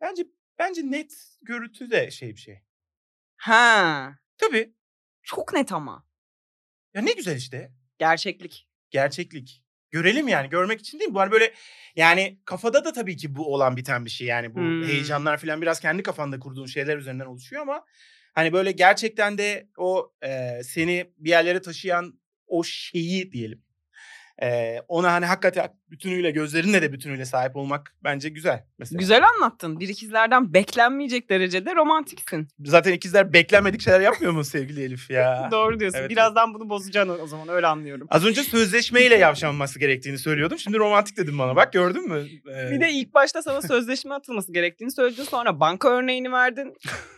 S3: Bence bence net görüntü de şey bir şey.
S2: Ha.
S3: Tabii.
S2: Çok net ama.
S3: Ya ne güzel işte.
S2: Gerçeklik.
S3: Gerçeklik. Görelim yani. Görmek için değil mi? Bu hani böyle yani kafada da tabii ki bu olan biten bir şey. Yani bu
S2: Hmm.
S3: heyecanlar falan biraz kendi kafanda kurduğun şeyler üzerinden oluşuyor ama hani böyle gerçekten de o e, seni bir yerlere taşıyan o şeyi diyelim. Ee, ona hani hakikaten bütünüyle gözlerinle de bütünüyle sahip olmak bence güzel. Mesela.
S2: Güzel anlattın. Bir ikizlerden beklenmeyecek derecede romantiksin.
S3: Zaten ikizler beklenmedik şeyler yapmıyor mu sevgili Elif ya?
S2: <laughs> Doğru diyorsun.
S3: Ah, Evet,
S2: Birazdan bunu bozacaksın o zaman öyle anlıyorum.
S3: Az önce sözleşmeyle yavşanması gerektiğini söylüyordum. Şimdi romantik dedim bana. Bak gördün mü? Ee,
S2: Bir de ilk başta sana sözleşme atılması gerektiğini söyledin. Sonra banka örneğini verdin.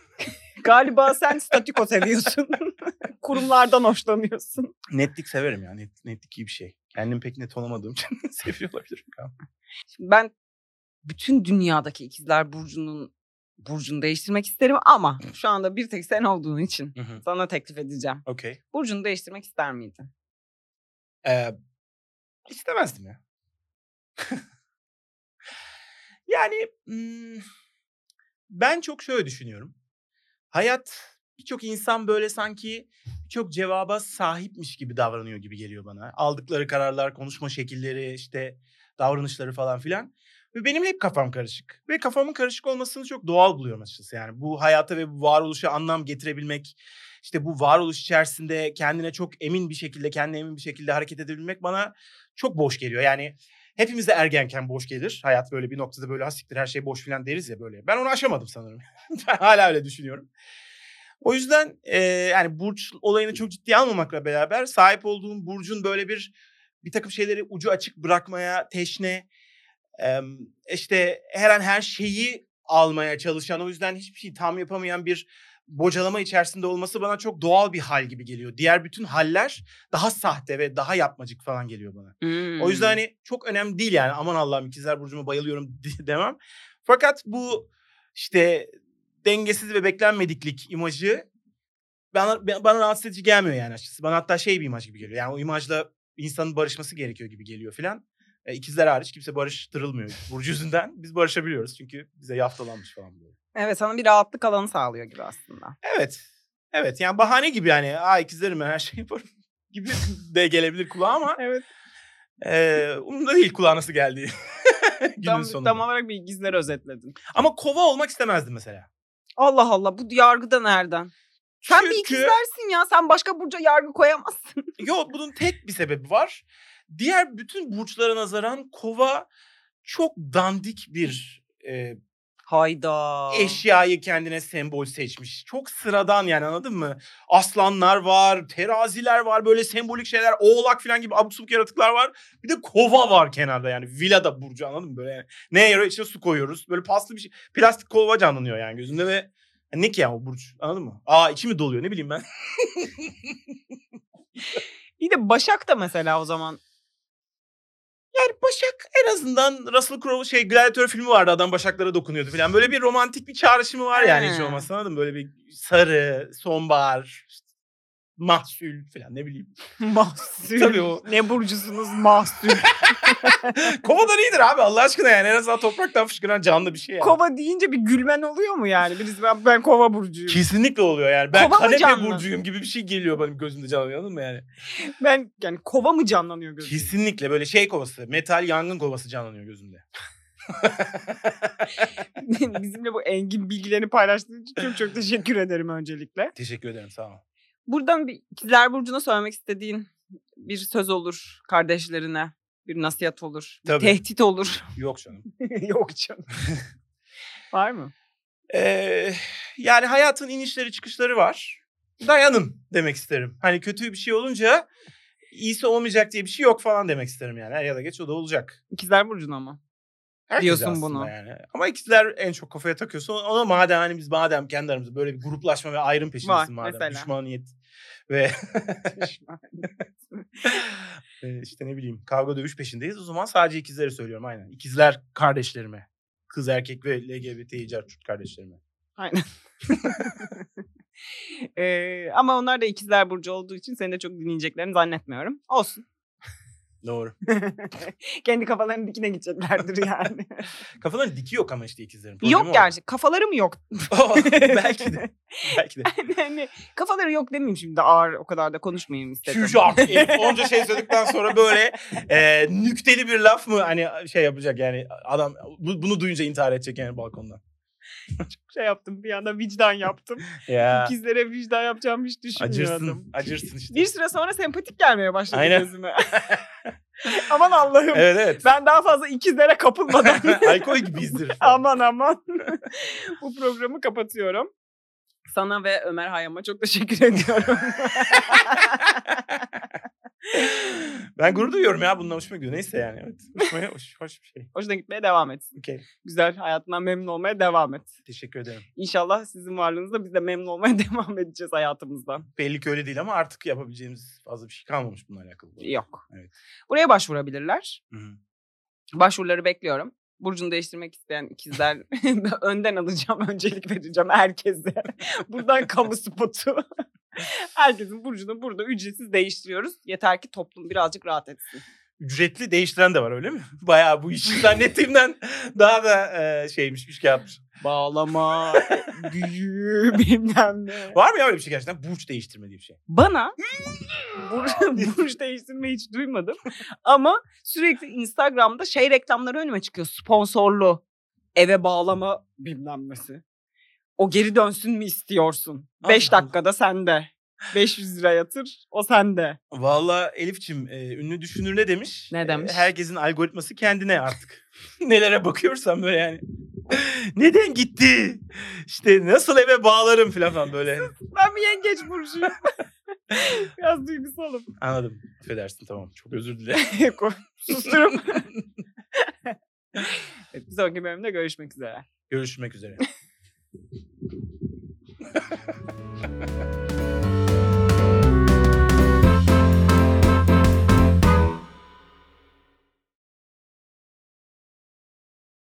S2: <laughs> Galiba sen statüko seviyorsun. <laughs> Kurumlardan hoşlanıyorsun.
S3: netlik severim ya. Net, netlik iyi bir şey. Kendim pek net olamadığım için <laughs> seviyor olabilirim. galiba.
S2: Şimdi ben bütün dünyadaki ikizler burcunun burcunu değiştirmek isterim ama şu anda bir tek sen olduğun için sana teklif edeceğim.
S3: Okey.
S2: Burcunu değiştirmek ister miydin?
S3: Ee, istemezdim ya. <laughs> yani hmm, ben çok şöyle düşünüyorum. Hayat birçok insan böyle sanki birçok cevaba sahipmiş gibi davranıyor gibi geliyor bana. Aldıkları kararlar, konuşma şekilleri, işte davranışları falan filan. Ve benim hep kafam karışık. Ve kafamın karışık olmasını çok doğal buluyorum açıkçası. Yani bu hayata ve bu varoluşa anlam getirebilmek, işte bu varoluş içerisinde kendine çok emin bir şekilde, kendine emin bir şekilde hareket edebilmek bana çok boş geliyor. Yani hepimize ergenken boş gelir. Hayat böyle bir noktada böyle hastiktir her şey boş filan deriz ya böyle. Ben onu aşamadım sanırım. <laughs> ben hala öyle düşünüyorum. O yüzden e, yani burç olayını çok ciddiye almamakla beraber sahip olduğum burcun böyle bir bir takım şeyleri ucu açık bırakmaya teşne em, işte her an her şeyi almaya çalışan o yüzden hiçbir şey tam yapamayan bir bocalama içerisinde olması bana çok doğal bir hal gibi geliyor. Diğer bütün haller daha sahte ve daha yapmacık falan geliyor bana.
S2: Hmm.
S3: O yüzden hani çok önemli değil yani aman Allah'ım ikizler burcuma bayılıyorum <laughs> de- demem. Fakat bu işte dengesiz ve beklenmediklik imajı bana, bana rahatsız edici gelmiyor yani açıkçası. Bana hatta şey bir imaj gibi geliyor. Yani o imajla insanın barışması gerekiyor gibi geliyor filan. E, ikizler hariç kimse barıştırılmıyor Burcu yüzünden. Biz barışabiliyoruz çünkü bize yaftalanmış falan böyle.
S2: Evet sana bir rahatlık alanı sağlıyor gibi aslında.
S3: Evet. Evet yani bahane gibi yani. Aa ikizlerim ben her şeyi yaparım <laughs> gibi de gelebilir kulağa ama
S2: Evet.
S3: e, umurumda değil kulağa nasıl geldiği. <laughs>
S2: <laughs>
S3: Günün
S2: Tam,
S3: sonunda.
S2: tam olarak bir ikizleri özetledin.
S3: Ama kova olmak istemezdim mesela.
S2: Allah Allah bu yargıda nereden? Sen bir
S3: Çünkü-
S2: ikizlersin ya. Sen başka burca yargı koyamazsın.
S3: Yo bunun tek bir sebebi var. Diğer bütün burçlara nazaran kova çok dandik bir e,
S2: Hayda.
S3: eşyayı kendine sembol seçmiş. Çok sıradan yani anladın mı? Aslanlar var, teraziler var, böyle sembolik şeyler, oğlak falan gibi abuk subuk yaratıklar var. Bir de kova var kenarda yani. Villada burcu anladın mı? Böyle yani. neye yarıyor? İçine su koyuyoruz. Böyle paslı bir şey. Plastik kova canlanıyor yani gözümde ve ne ki ya o burç anladın mı? Aa içi mi doluyor ne bileyim ben.
S2: Bir de Başak da mesela o zaman. <laughs>
S3: Yani Başak en azından Russell Crowe'un şey Gladiator filmi vardı adam Başaklara dokunuyordu falan. Böyle bir romantik bir çağrışımı var yani hiç
S2: He.
S3: olmazsa anladın mı? Böyle bir sarı, sonbahar, işte mahsul falan ne bileyim.
S2: <laughs> Mahsul.
S3: Tabii <laughs> o.
S2: Ne burcusunuz
S3: <laughs>
S2: mahsul.
S3: Kovadan iyidir abi Allah aşkına yani en azından topraktan fışkıran canlı bir şey yani.
S2: kova deyince bir gülmen oluyor mu yani? Birisi ben, ben kova burcuyum.
S3: Kesinlikle oluyor yani. Ben
S2: Kova mı
S3: kanepe
S2: canlı?
S3: burcuyum gibi bir şey geliyor benim gözümde canlanıyor anladın mı yani?
S2: Ben yani kova mı canlanıyor gözüm?
S3: Kesinlikle böyle şey kovası, metal yangın kovası canlanıyor gözümde.
S2: <laughs> Bizimle bu engin bilgilerini paylaştığın için çok çok teşekkür ederim öncelikle.
S3: Teşekkür ederim sağ ol.
S2: Buradan bir ikizler burcuna söylemek istediğin bir söz olur kardeşlerine. Bir nasihat olur. Bir
S3: Tabii.
S2: tehdit
S3: <laughs>
S2: olur.
S3: Yok canım.
S2: <laughs> Yok canım. Var mı?
S3: Ee, yani hayatın inişleri çıkışları var. Dayanın demek isterim. Hani kötü bir şey olunca iyisi olmayacak diye bir şey yok falan demek isterim yani. Er ya da geç o da olacak.
S2: İkizler burcuna mı?
S3: Herkese
S2: Diyorsun
S3: aslında
S2: bunu.
S3: Yani. Ama ikizler en çok kafaya takıyorsa ona madem hani biz madem kendi aramızda böyle bir gruplaşma ve ayrım
S2: Var,
S3: peşindesin madem.
S2: mesela.
S3: <laughs> Düşmaniyet ve e, işte ne bileyim kavga dövüş peşindeyiz. O zaman sadece ikizleri söylüyorum aynen. İkizler kardeşlerime. Kız erkek ve LGBTİ kardeşlerime.
S2: <laughs> Aynen. <laughs> Ee, ama onlar da ikizler burcu olduğu için seni de çok dinleyeceklerini zannetmiyorum. Olsun.
S3: Doğru.
S2: Kendi kafalarının dikine gideceklerdir yani.
S3: Kafaları diki yok ama işte ikizlerin.
S2: yok gerçi. Kafaları mı yok? <laughs>
S3: <laughs> belki <laughs> de. Belki de.
S2: yani kafaları yok demeyeyim şimdi ağır o kadar da konuşmayayım istedim.
S3: Tüyücü artık. herif. Onca şey söyledikten sonra böyle e, nükteli bir laf mı hani şey yapacak yani adam bu- bunu duyunca intihar edecek yani balkondan.
S2: Şey yaptım bir anda vicdan yaptım.
S3: Ya
S2: İkizlere vicdan yapacağımı hiç düşünmüyordum.
S3: acırsın. Acırsın işte.
S2: Bir süre sonra sempatik gelmeye başladı
S3: Aynen.
S2: gözüme. <laughs> Aman Allah'ım.
S3: Evet <laughs> evet.
S2: Ben daha fazla ikizlere kapılmadan.
S3: <laughs> Alkol gibiyizdir.
S2: aman aman. <laughs> Bu programı kapatıyorum. Sana ve Ömer Hayyam'a çok
S3: <laughs>
S2: teşekkür ediyorum.
S3: Ben gurur duyuyorum ya bununla hoşuma gidiyor. Neyse yani evet. Hoşuma, hoş, hoş bir şey.
S2: Hoşuna gitmeye devam et.
S3: Okey.
S2: Güzel hayatından memnun olmaya devam et.
S3: Teşekkür ederim.
S2: İnşallah sizin varlığınızda biz de memnun olmaya <laughs> devam edeceğiz hayatımızdan.
S3: Belli ki öyle değil ama artık yapabileceğimiz fazla bir şey kalmamış bununla alakalı.
S2: Yok.
S3: Evet.
S2: Buraya başvurabilirler.
S3: Hı-hı.
S2: Başvuruları bekliyorum. Burcunu değiştirmek isteyen ikizler <laughs> önden alacağım, öncelik vereceğim herkese. <laughs> Buradan kamu spotu. <laughs> Herkesin burcunu burada ücretsiz değiştiriyoruz. Yeter ki toplum birazcık rahat etsin.
S3: Ücretli değiştiren de var öyle mi? <laughs> Bayağı bu işi zannettiğimden daha da e, şeymiş, iş yapmış.
S2: Bağlama, e, büyü, <laughs> bilmem ne.
S3: Var mı ya öyle bir şey gerçekten? Burç değiştirme diye bir şey.
S2: Bana bur- burç değiştirmeyi hiç duymadım. Ama sürekli Instagram'da şey reklamları önüme çıkıyor. Sponsorlu eve bağlama bilmem nesi. O geri dönsün mü istiyorsun? 5
S3: Allah Allah.
S2: dakikada sende. 500 lira yatır o sende.
S3: Valla Elif'cim e, ünlü düşünür ne demiş?
S2: Ne
S3: E,
S2: demiş?
S3: herkesin algoritması kendine artık. <laughs> Nelere bakıyorsam böyle yani. <laughs> Neden gitti? İşte nasıl eve bağlarım falan falan <laughs> böyle.
S2: Ben bir yengeç burcuyum. Biraz duygusalım. <laughs>
S3: Anladım. Affedersin tamam. Çok özür dilerim. <laughs>
S2: Susturum. evet, bir sonraki bölümde görüşmek üzere.
S3: Görüşmek üzere.